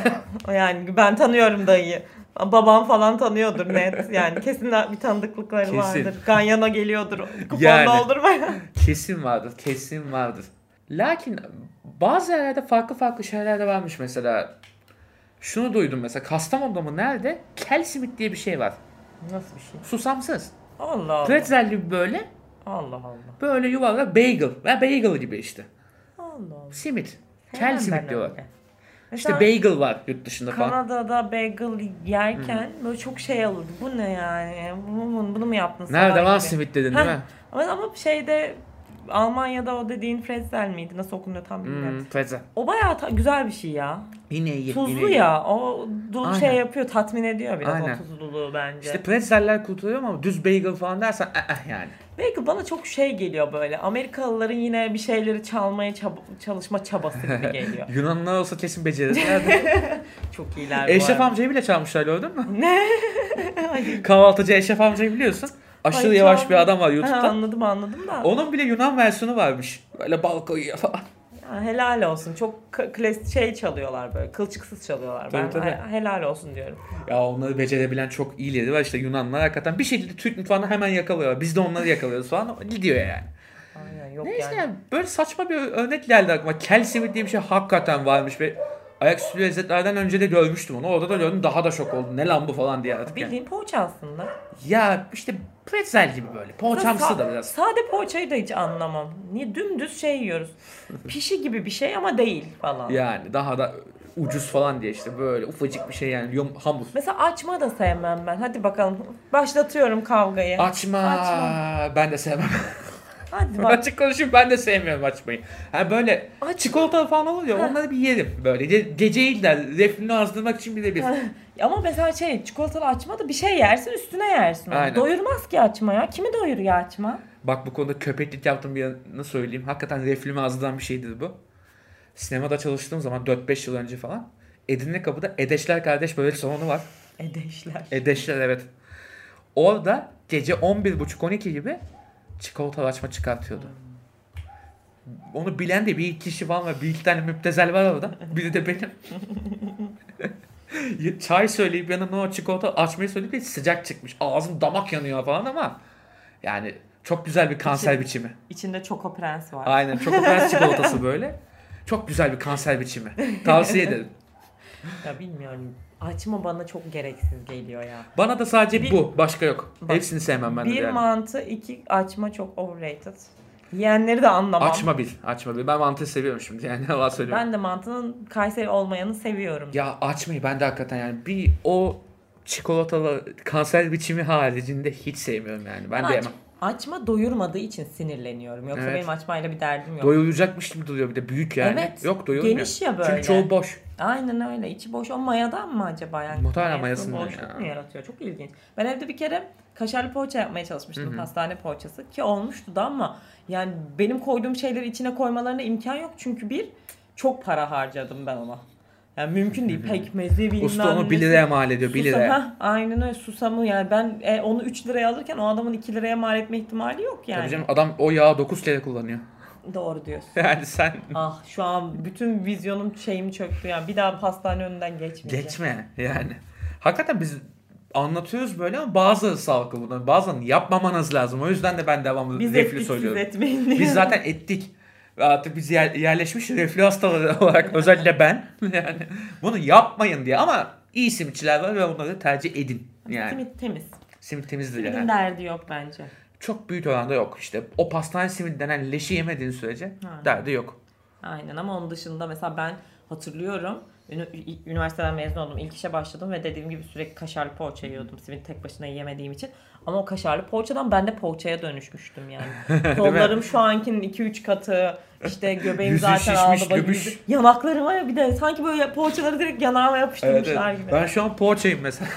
Speaker 1: <laughs>
Speaker 2: Yani ben tanıyorum dayıyı. Babam falan tanıyordur net. Yani kesin bir tanıdıklıkları
Speaker 1: Kesin.
Speaker 2: vardır. Ganyana geliyordur. Kupon
Speaker 1: Yani. <laughs>
Speaker 2: doldurmaya.
Speaker 1: Kesin vardır, kesin vardır. Lakin bazı yerlerde farklı farklı şeyler de varmış mesela. Şunu duydum mesela Kastamonu'da mı nerede? Kel simit diye bir şey var.
Speaker 2: Nasıl bir şey?
Speaker 1: Susamsız.
Speaker 2: Allah Allah.
Speaker 1: Pretzelli böyle
Speaker 2: Allah Allah.
Speaker 1: böyle yuvarlak bagel. Ya bagel gibi işte.
Speaker 2: Allah Allah.
Speaker 1: Simit.
Speaker 2: Hemen
Speaker 1: Kel
Speaker 2: ben
Speaker 1: simit diyorlar.
Speaker 2: öyle.
Speaker 1: İşte
Speaker 2: Mesela
Speaker 1: bagel var yurt dışında falan. Hmm.
Speaker 2: Kanada'da bagel yerken böyle çok şey alırdı. Bu ne yani? Bunu, mu- bunu mu yaptın? salak
Speaker 1: Nerede lan
Speaker 2: gibi?
Speaker 1: simit dedin değil
Speaker 2: Heh.
Speaker 1: mi?
Speaker 2: Ama, ama şeyde Almanya'da o dediğin pretzel miydi? Nasıl okunuyor tam bilmiyorum.
Speaker 1: Hmm, pretzel.
Speaker 2: O bayağı ta- güzel bir şey ya.
Speaker 1: Yine iyi. yine
Speaker 2: Tuzlu
Speaker 1: iyi.
Speaker 2: ya. O dul
Speaker 1: Aynen.
Speaker 2: şey yapıyor, tatmin ediyor biraz
Speaker 1: Aynen.
Speaker 2: o tuzluluğu bence.
Speaker 1: İşte pretzeller kurtarıyor ama düz bagel falan dersen ah, ah yani.
Speaker 2: Belki bana çok şey geliyor böyle. Amerikalıların yine bir şeyleri çalmaya çab- çalışma
Speaker 1: <laughs>
Speaker 2: çabası gibi geliyor.
Speaker 1: Yunanlılar olsa kesin
Speaker 2: <laughs>
Speaker 1: becerirler.
Speaker 2: çok iyiler bu
Speaker 1: Eşref
Speaker 2: arada.
Speaker 1: amcayı bile çalmışlar gördün mü? <laughs>
Speaker 2: Ne?
Speaker 1: Kahvaltıcı Eşref amcayı biliyorsun. Aşırı
Speaker 2: Ay,
Speaker 1: yavaş
Speaker 2: canım.
Speaker 1: bir adam var
Speaker 2: Ha,
Speaker 1: YouTube'da.
Speaker 2: anladım anladım da.
Speaker 1: Onun bile Yunan versiyonu varmış. Böyle bal koyuyor falan.
Speaker 2: Ya, helal olsun. Çok k- klas şey çalıyorlar böyle. Kılçıksız çalıyorlar.
Speaker 1: Tabii,
Speaker 2: ben
Speaker 1: tabii.
Speaker 2: he- helal olsun diyorum.
Speaker 1: Ya onları becerebilen çok iyileri var. İşte Yunanlar hakikaten bir şekilde Türk mutfağını hemen yakalıyorlar. Biz de onları yakalıyoruz falan. Gidiyor yani.
Speaker 2: Aynen yok
Speaker 1: Neyse
Speaker 2: yani.
Speaker 1: yani böyle saçma bir örnek geldi aklıma. Kel simit diye bir şey hakikaten varmış. Ve ayaküstü lezzetlerden önce de görmüştüm onu. Orada da gördüm daha da şok oldum. Ne lan bu falan diye artık. yani.
Speaker 2: Bildiğin poğaça aslında.
Speaker 1: Ya işte pretzel gibi böyle. Poğaçamsı
Speaker 2: Sa-
Speaker 1: da biraz.
Speaker 2: Sade poğaçayı da hiç anlamam. Niye dümdüz şey
Speaker 1: <laughs>
Speaker 2: yiyoruz. Pişi gibi bir şey ama değil falan.
Speaker 1: Yani daha da ucuz falan diye işte böyle ufacık bir şey yani yum, hamur.
Speaker 2: Mesela açma da sevmem ben. Hadi bakalım. Başlatıyorum kavgayı.
Speaker 1: Açma.
Speaker 2: Açma.
Speaker 1: Ben de sevmem.
Speaker 2: Hadi bak.
Speaker 1: <laughs> Açık konuşayım ben de sevmiyorum açmayı. Ha böyle
Speaker 2: Aç.
Speaker 1: çikolata falan olur ya
Speaker 2: Ha.
Speaker 1: onları bir yerim. Böyle ge- gece iller reflünü azdırmak için bile bir.
Speaker 2: <laughs> Ama mesela şey çikolatalı açma da bir şey yersin üstüne yersin. onu.
Speaker 1: Aynen.
Speaker 2: Doyurmaz ki açma ya. Kimi doyuruyor açma?
Speaker 1: Bak bu konuda köpeklik yaptığım bir yanını söyleyeyim. Hakikaten reflümü azdıran bir şeydir bu. Sinemada çalıştığım zaman 4-5 yıl önce falan. Edirne kapıda Edeşler Kardeş böyle salonu var.
Speaker 2: Edeşler.
Speaker 1: Edeşler evet. Orada gece 11.30-12 gibi çikolata açma çıkartıyordu. Onu bilen de bir kişi var mı? Bir iki tane müptezel var orada. Biri de benim. <laughs> Ya Çay söyleyip yanına o çikolata açmayı söyleyip de sıcak çıkmış. Ağzım damak yanıyor falan ama yani çok güzel bir kanser biçimi.
Speaker 2: İçinde Choco Prens var.
Speaker 1: Aynen çok prens çikolatası böyle. Çok güzel bir kanser biçimi. Tavsiye ederim.
Speaker 2: Ya bilmiyorum. Açma bana çok gereksiz geliyor ya.
Speaker 1: Bana da sadece
Speaker 2: Bir-
Speaker 1: bu. Başka yok.
Speaker 2: Bak,
Speaker 1: Hepsini sevmem ben de.
Speaker 2: bir
Speaker 1: yani.
Speaker 2: mantı, iki açma çok overrated. Yiyenleri de anlamam.
Speaker 1: Açma bil. Açma bil. Ben mantıyı seviyorum şimdi. Yani <laughs> Allah söylüyorum.
Speaker 2: Ben de mantının Kayseri olmayanı seviyorum.
Speaker 1: Ya açmayı ben de hakikaten yani bir o çikolatalı kanser biçimi haricinde hiç sevmiyorum yani. Ben de
Speaker 2: Aç-
Speaker 1: yemem.
Speaker 2: Açma doyurmadığı için sinirleniyorum. Yoksa
Speaker 1: Evet.
Speaker 2: benim açmayla bir derdim yok.
Speaker 1: Doyulacakmış gibi duruyor bir de büyük yani.
Speaker 2: Evet.
Speaker 1: Yok doyulmuyor.
Speaker 2: Geniş ya böyle.
Speaker 1: Çünkü çoğu boş.
Speaker 2: Aynen öyle. İçi boş. O mayadan mı acaba yani?
Speaker 1: Muhtemelen
Speaker 2: Mayası
Speaker 1: mayasından
Speaker 2: boşluk
Speaker 1: ya.
Speaker 2: mu yaratıyor? Çok ilginç. Ben evde bir kere kaşarlı poğaça yapmaya çalışmıştım. Hastane poğaçası. Ki olmuştu da ama yani benim koyduğum şeyleri içine koymalarına imkan yok. Çünkü bir çok para harcadım ben ona. Yani mümkün değil. Pekmezi bilmem
Speaker 1: Usta onu 1
Speaker 2: nesi.
Speaker 1: liraya mal ediyor. 1
Speaker 2: Susam- <laughs>
Speaker 1: liraya.
Speaker 2: Hah, aynen öyle susamı yani ben e, onu 3 liraya alırken o adamın 2 liraya mal etme ihtimali yok yani.
Speaker 1: Tabii canım adam o yağı 9 kere kullanıyor. <laughs>
Speaker 2: Doğru diyorsun.
Speaker 1: Yani sen
Speaker 2: ah şu an bütün vizyonum şeyim çöktü yani bir daha pastane önünden geçmeyeceğim.
Speaker 1: geçme yani. Hakikaten biz anlatıyoruz böyle ama bazı salgı bunlar. Bazen yapmamanız lazım. O yüzden de ben devamlı
Speaker 2: Biz
Speaker 1: reflü
Speaker 2: ettik siz
Speaker 1: söylüyorum.
Speaker 2: etmeyin
Speaker 1: Biz zaten ettik. Ve Artık biz yer- yerleşmiş reflü hastaları <laughs> olarak özellikle ben. <laughs> Yani bunu yapmayın diye ama iyi simitçiler var ve onları tercih edin. Yani
Speaker 2: Simit temiz.
Speaker 1: simit temizdir
Speaker 2: Simitin
Speaker 1: yani.
Speaker 2: derdi yok bence.
Speaker 1: Çok büyük oranda yok işte. O pastane simit denen leşi yemediğin sürece
Speaker 2: Aynen.
Speaker 1: derdi yok.
Speaker 2: Aynen ama onun dışında mesela ben hatırlıyorum. ünü- Üniversiteden mezun oldum. ilk işe başladım ve dediğim gibi sürekli kaşarlı poğaça yiyordum. Simit tek başına yemediğim için. Ama o kaşarlı poğaçadan ben de poğaçaya dönüşmüştüm
Speaker 1: <laughs>
Speaker 2: yani. Kollarım şu ankinin 2-3 katı. işte göbeğim
Speaker 1: Yüzü
Speaker 2: zaten
Speaker 1: şişmiş,
Speaker 2: aldı. bak-
Speaker 1: göbüş.
Speaker 2: yüzü- Yanaklarım var ya bir de sanki böyle poğaçaları direkt yanağıma yapıştırmışlar gibi.
Speaker 1: Ben şu an poğaçayım
Speaker 2: <laughs>
Speaker 1: mesela.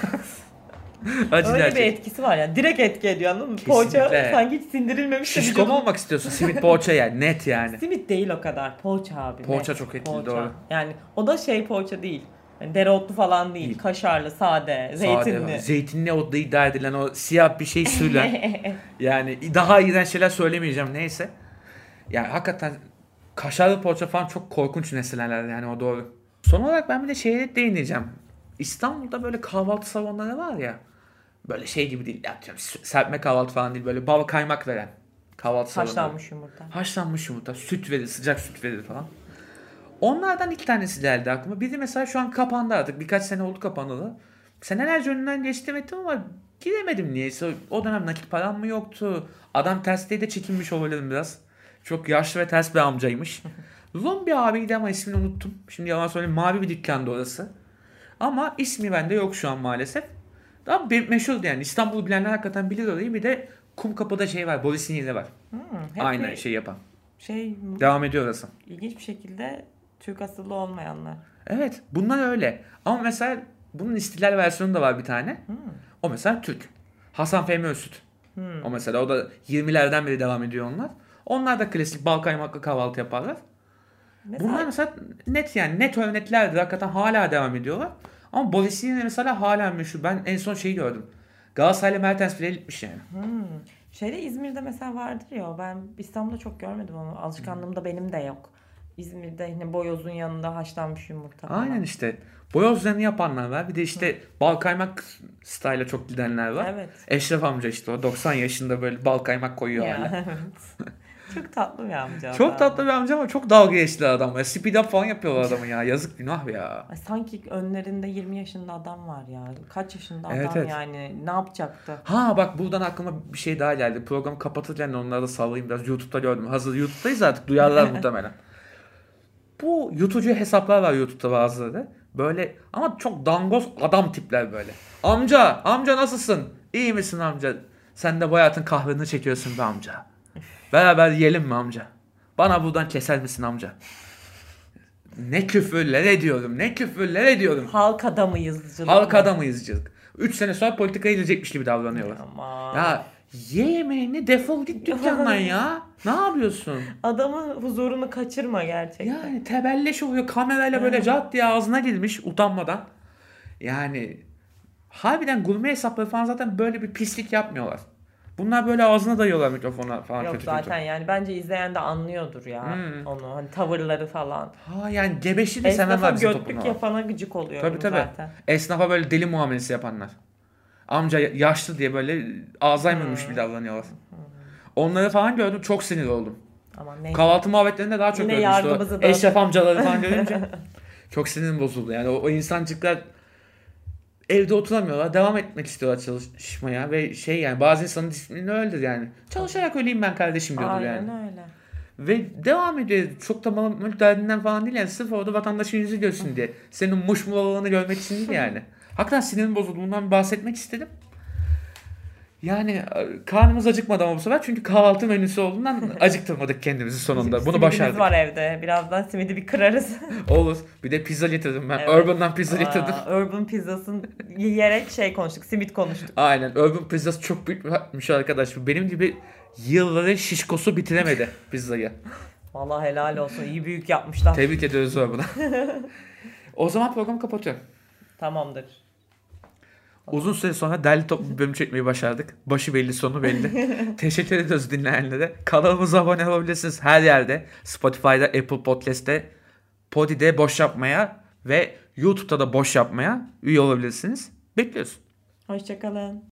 Speaker 1: Acı
Speaker 2: Öyle bir
Speaker 1: gerçek.
Speaker 2: etkisi var yani. Direkt etki ediyor anladın mı?
Speaker 1: Kesinlikle.
Speaker 2: Poğaça sanki hiç sindirilmemiş. de
Speaker 1: Şişko mu
Speaker 2: vücudum-
Speaker 1: olmak istiyorsun simit poğaça yani net yani.
Speaker 2: Simit değil o kadar. Poğaça abi.
Speaker 1: Poğaça
Speaker 2: net.
Speaker 1: çok etkili, doğru.
Speaker 2: Yani o da şey poğaça değil. Yani dereotlu falan değil.
Speaker 1: Değil.
Speaker 2: Kaşarlı, sade,
Speaker 1: Sade,
Speaker 2: <laughs> zeytinli.
Speaker 1: zeytinli odda iddia edilen o siyah bir şey
Speaker 2: <laughs>
Speaker 1: suyla. yani daha iğrenç şeyler söylemeyeceğim neyse. Yani hakikaten kaşarlı poğaça falan çok korkunç nesneler yani o doğru. Son olarak ben bir de şeye değineceğim. İstanbul'da böyle kahvaltı salonları var ya. Böyle şey gibi değil. Ya diyorum, serpme kahvaltı falan değil. Böyle bal kaymak veren kahvaltı salonları.
Speaker 2: Haşlanmış yumurta.
Speaker 1: Haşlanmış yumurta, süt verir, sıcak süt verir falan. Onlardan iki tanesi geldi aklıma. Biri mesela şu an kapandı artık. Birkaç sene oldu kapanalı. Senelerce önünden geçtim ettim ama giremedim niyeyse. O dönem nakit param mı yoktu? Adam tersteye de çekinmiş olabilirim biraz. Çok yaşlı ve ters bir amcaymış. Rum bir abiydi ama ismini unuttum. Şimdi yalan söyleyeyim mavi bir dükkandı orası. Ama ismi bende yok şu an maalesef. Daha bir meşhurdu yani. İstanbul'u bilenler hakikaten bilir orayı. Bir de Kumkapı'da şey var. Borisiniye'de var.
Speaker 2: Hmm, hep
Speaker 1: Aynen
Speaker 2: bir
Speaker 1: şey yapan.
Speaker 2: Şey
Speaker 1: Devam ediyor orası.
Speaker 2: ilginç bir şekilde Türk asıllı olmayanlar.
Speaker 1: Evet bunlar öyle. Ama mesela bunun istilal versiyonu da var bir tane.
Speaker 2: Hmm.
Speaker 1: O mesela Türk. Hasan Fehmi Öztürk.
Speaker 2: Hmm.
Speaker 1: O mesela o da 20'lerden beri devam ediyor onlar. Onlar da klasik bal kaymaklı kahvaltı yaparlar.
Speaker 2: Mesela
Speaker 1: Bunlar mesela net yani net örneklerdir. Hakikaten hala devam ediyorlar. Ama Borisini mesela hala meşhur. Ben en son şeyi gördüm. Galatasaray'la Mertens bile gitmiş yani.
Speaker 2: Hmm. Şeyde İzmir'de mesela vardır ya ben İstanbul'da çok görmedim ama alışkanlığımda benim de yok. İzmir'de yine boyozun yanında haşlanmış yumurta falan.
Speaker 1: Aynen işte. Boyozlarını yapanlar var. Bir de işte bal kaymak style'a çok gidenler var.
Speaker 2: Evet.
Speaker 1: Eşref amca işte o 90 yaşında böyle bal kaymak koyuyor
Speaker 2: Ya,
Speaker 1: hala.
Speaker 2: <laughs> evet. çok tatlı bir amca. adam.
Speaker 1: Çok tatlı bir amca ama çok dalga geçtiler adamla. Speed up falan yapıyorlar adamı ya. Yazık günah ya.
Speaker 2: Ay, Sanki önlerinde 20 yaşında adam var ya. Kaç yaşında adam
Speaker 1: Evet, evet.
Speaker 2: yani. Ne yapacaktı?
Speaker 1: Ha bak buradan aklıma bir şey daha geldi. Programı kapatırken onları da sallayayım biraz. YouTube'da gördüm. Hazır YouTube'dayız artık. Duyarlar muhtemelen. Bu YouTube'cu hesaplar var YouTube'da bazıları. Böyle ama çok dangoz adam tipler böyle. Amca, amca nasılsın? İyi misin amca? Sen de bu hayatın kahveni çekiyorsun be amca. Beraber yiyelim mi amca? Bana buradan keser misin amca? Ne küfürler ediyorum, ne küfürler ediyorum.
Speaker 2: Halk adamıyız. canım.
Speaker 1: Halk adamıyız cık. 3 sene sonra politikaya girecekmiş gibi davranıyorlar.
Speaker 2: Aman.
Speaker 1: Ya ye yemeğini defol git dükkandan
Speaker 2: <laughs>
Speaker 1: ya. Ne yapıyorsun?
Speaker 2: Adamın huzurunu kaçırma gerçekten.
Speaker 1: Yani tebelleş oluyor kamerayla böyle
Speaker 2: Evet.
Speaker 1: cat diye ağzına girmiş utanmadan. Yani harbiden gurme hesapları falan zaten böyle bir pislik yapmıyorlar. Bunlar böyle ağzına dayıyorlar mikrofona falan
Speaker 2: Yok
Speaker 1: kötü
Speaker 2: zaten yani bence izleyen de anlıyordur ya
Speaker 1: Hmm.
Speaker 2: onu. Hani tavırları falan.
Speaker 1: kötü. Ha yani gebeşi de
Speaker 2: Esnafa
Speaker 1: sevmem bizim
Speaker 2: götlük
Speaker 1: toplumda. var.
Speaker 2: yapana gıcık oluyor
Speaker 1: Tabii tabii.
Speaker 2: zaten.
Speaker 1: Esnafa böyle deli muamelesi yapanlar. Amca yaşlı diye böyle Alzheimer'mış gibi davranıyorlar. Onları falan gördüm çok sinir oldum.
Speaker 2: Aman neyse.
Speaker 1: Kahvaltı muhabbetlerinde daha çok
Speaker 2: Yine
Speaker 1: görmüştü.
Speaker 2: yargımızı
Speaker 1: o
Speaker 2: dağıtın.
Speaker 1: Eşref amcaları
Speaker 2: <laughs>
Speaker 1: falan görünce çok sinirim bozuldu. Yani o, o insancıklar evde oturamıyorlar. Devam etmek istiyorlar çalışmaya ve şey yani bazı insanın disiplini öyledir yani. Çalışarak öleyim ben kardeşim diyordur
Speaker 2: Aynen
Speaker 1: yani.
Speaker 2: öyle.
Speaker 1: Ve devam ediyor. Çok da mal mülk derdinden falan değil yani. Sırf orada vatandaşın yüzü görsün diye. Senin muşmulalığını görmek için değil yani. Hakikaten sinirim bozuldu. Bundan bir bahsetmek istedim. Yani e, karnımız acıkmadı ama bu sefer çünkü kahvaltı menüsü
Speaker 2: <laughs>
Speaker 1: olduğundan acıktırmadık kendimizi sonunda. Bunu
Speaker 2: Simidimiz
Speaker 1: başardık.
Speaker 2: var evde. Birazdan simidi bir kırarız.
Speaker 1: Olur. Bir de pizza getirdim ben.
Speaker 2: Evet.
Speaker 1: Urban'dan pizza getirdim.
Speaker 2: Aa, Urban pizzasını yiyerek şey konuştuk. Simit konuştuk.
Speaker 1: Aynen. Urban pizzası çok büyükmüş arkadaş. Benim gibi yılların şişkosu bitiremedi
Speaker 2: <laughs>
Speaker 1: pizzayı.
Speaker 2: Vallahi helal olsun. iyi büyük yapmışlar.
Speaker 1: Tebrik ediyoruz
Speaker 2: <laughs>
Speaker 1: Urban'a. o zaman programı kapatıyorum.
Speaker 2: Tamamdır.
Speaker 1: Uzun süre sonra derli toplu bir bölüm çekmeyi başardık. Başı belli sonu belli. Teşekkür ediyoruz dinleyenlere. Kanalımıza abone olabilirsiniz her yerde. Spotify'da, Apple Podcast'te, Podi'de boş yapmaya ve YouTube'da da boş yapmaya üye olabilirsiniz. Bekliyoruz.
Speaker 2: Hoşçakalın.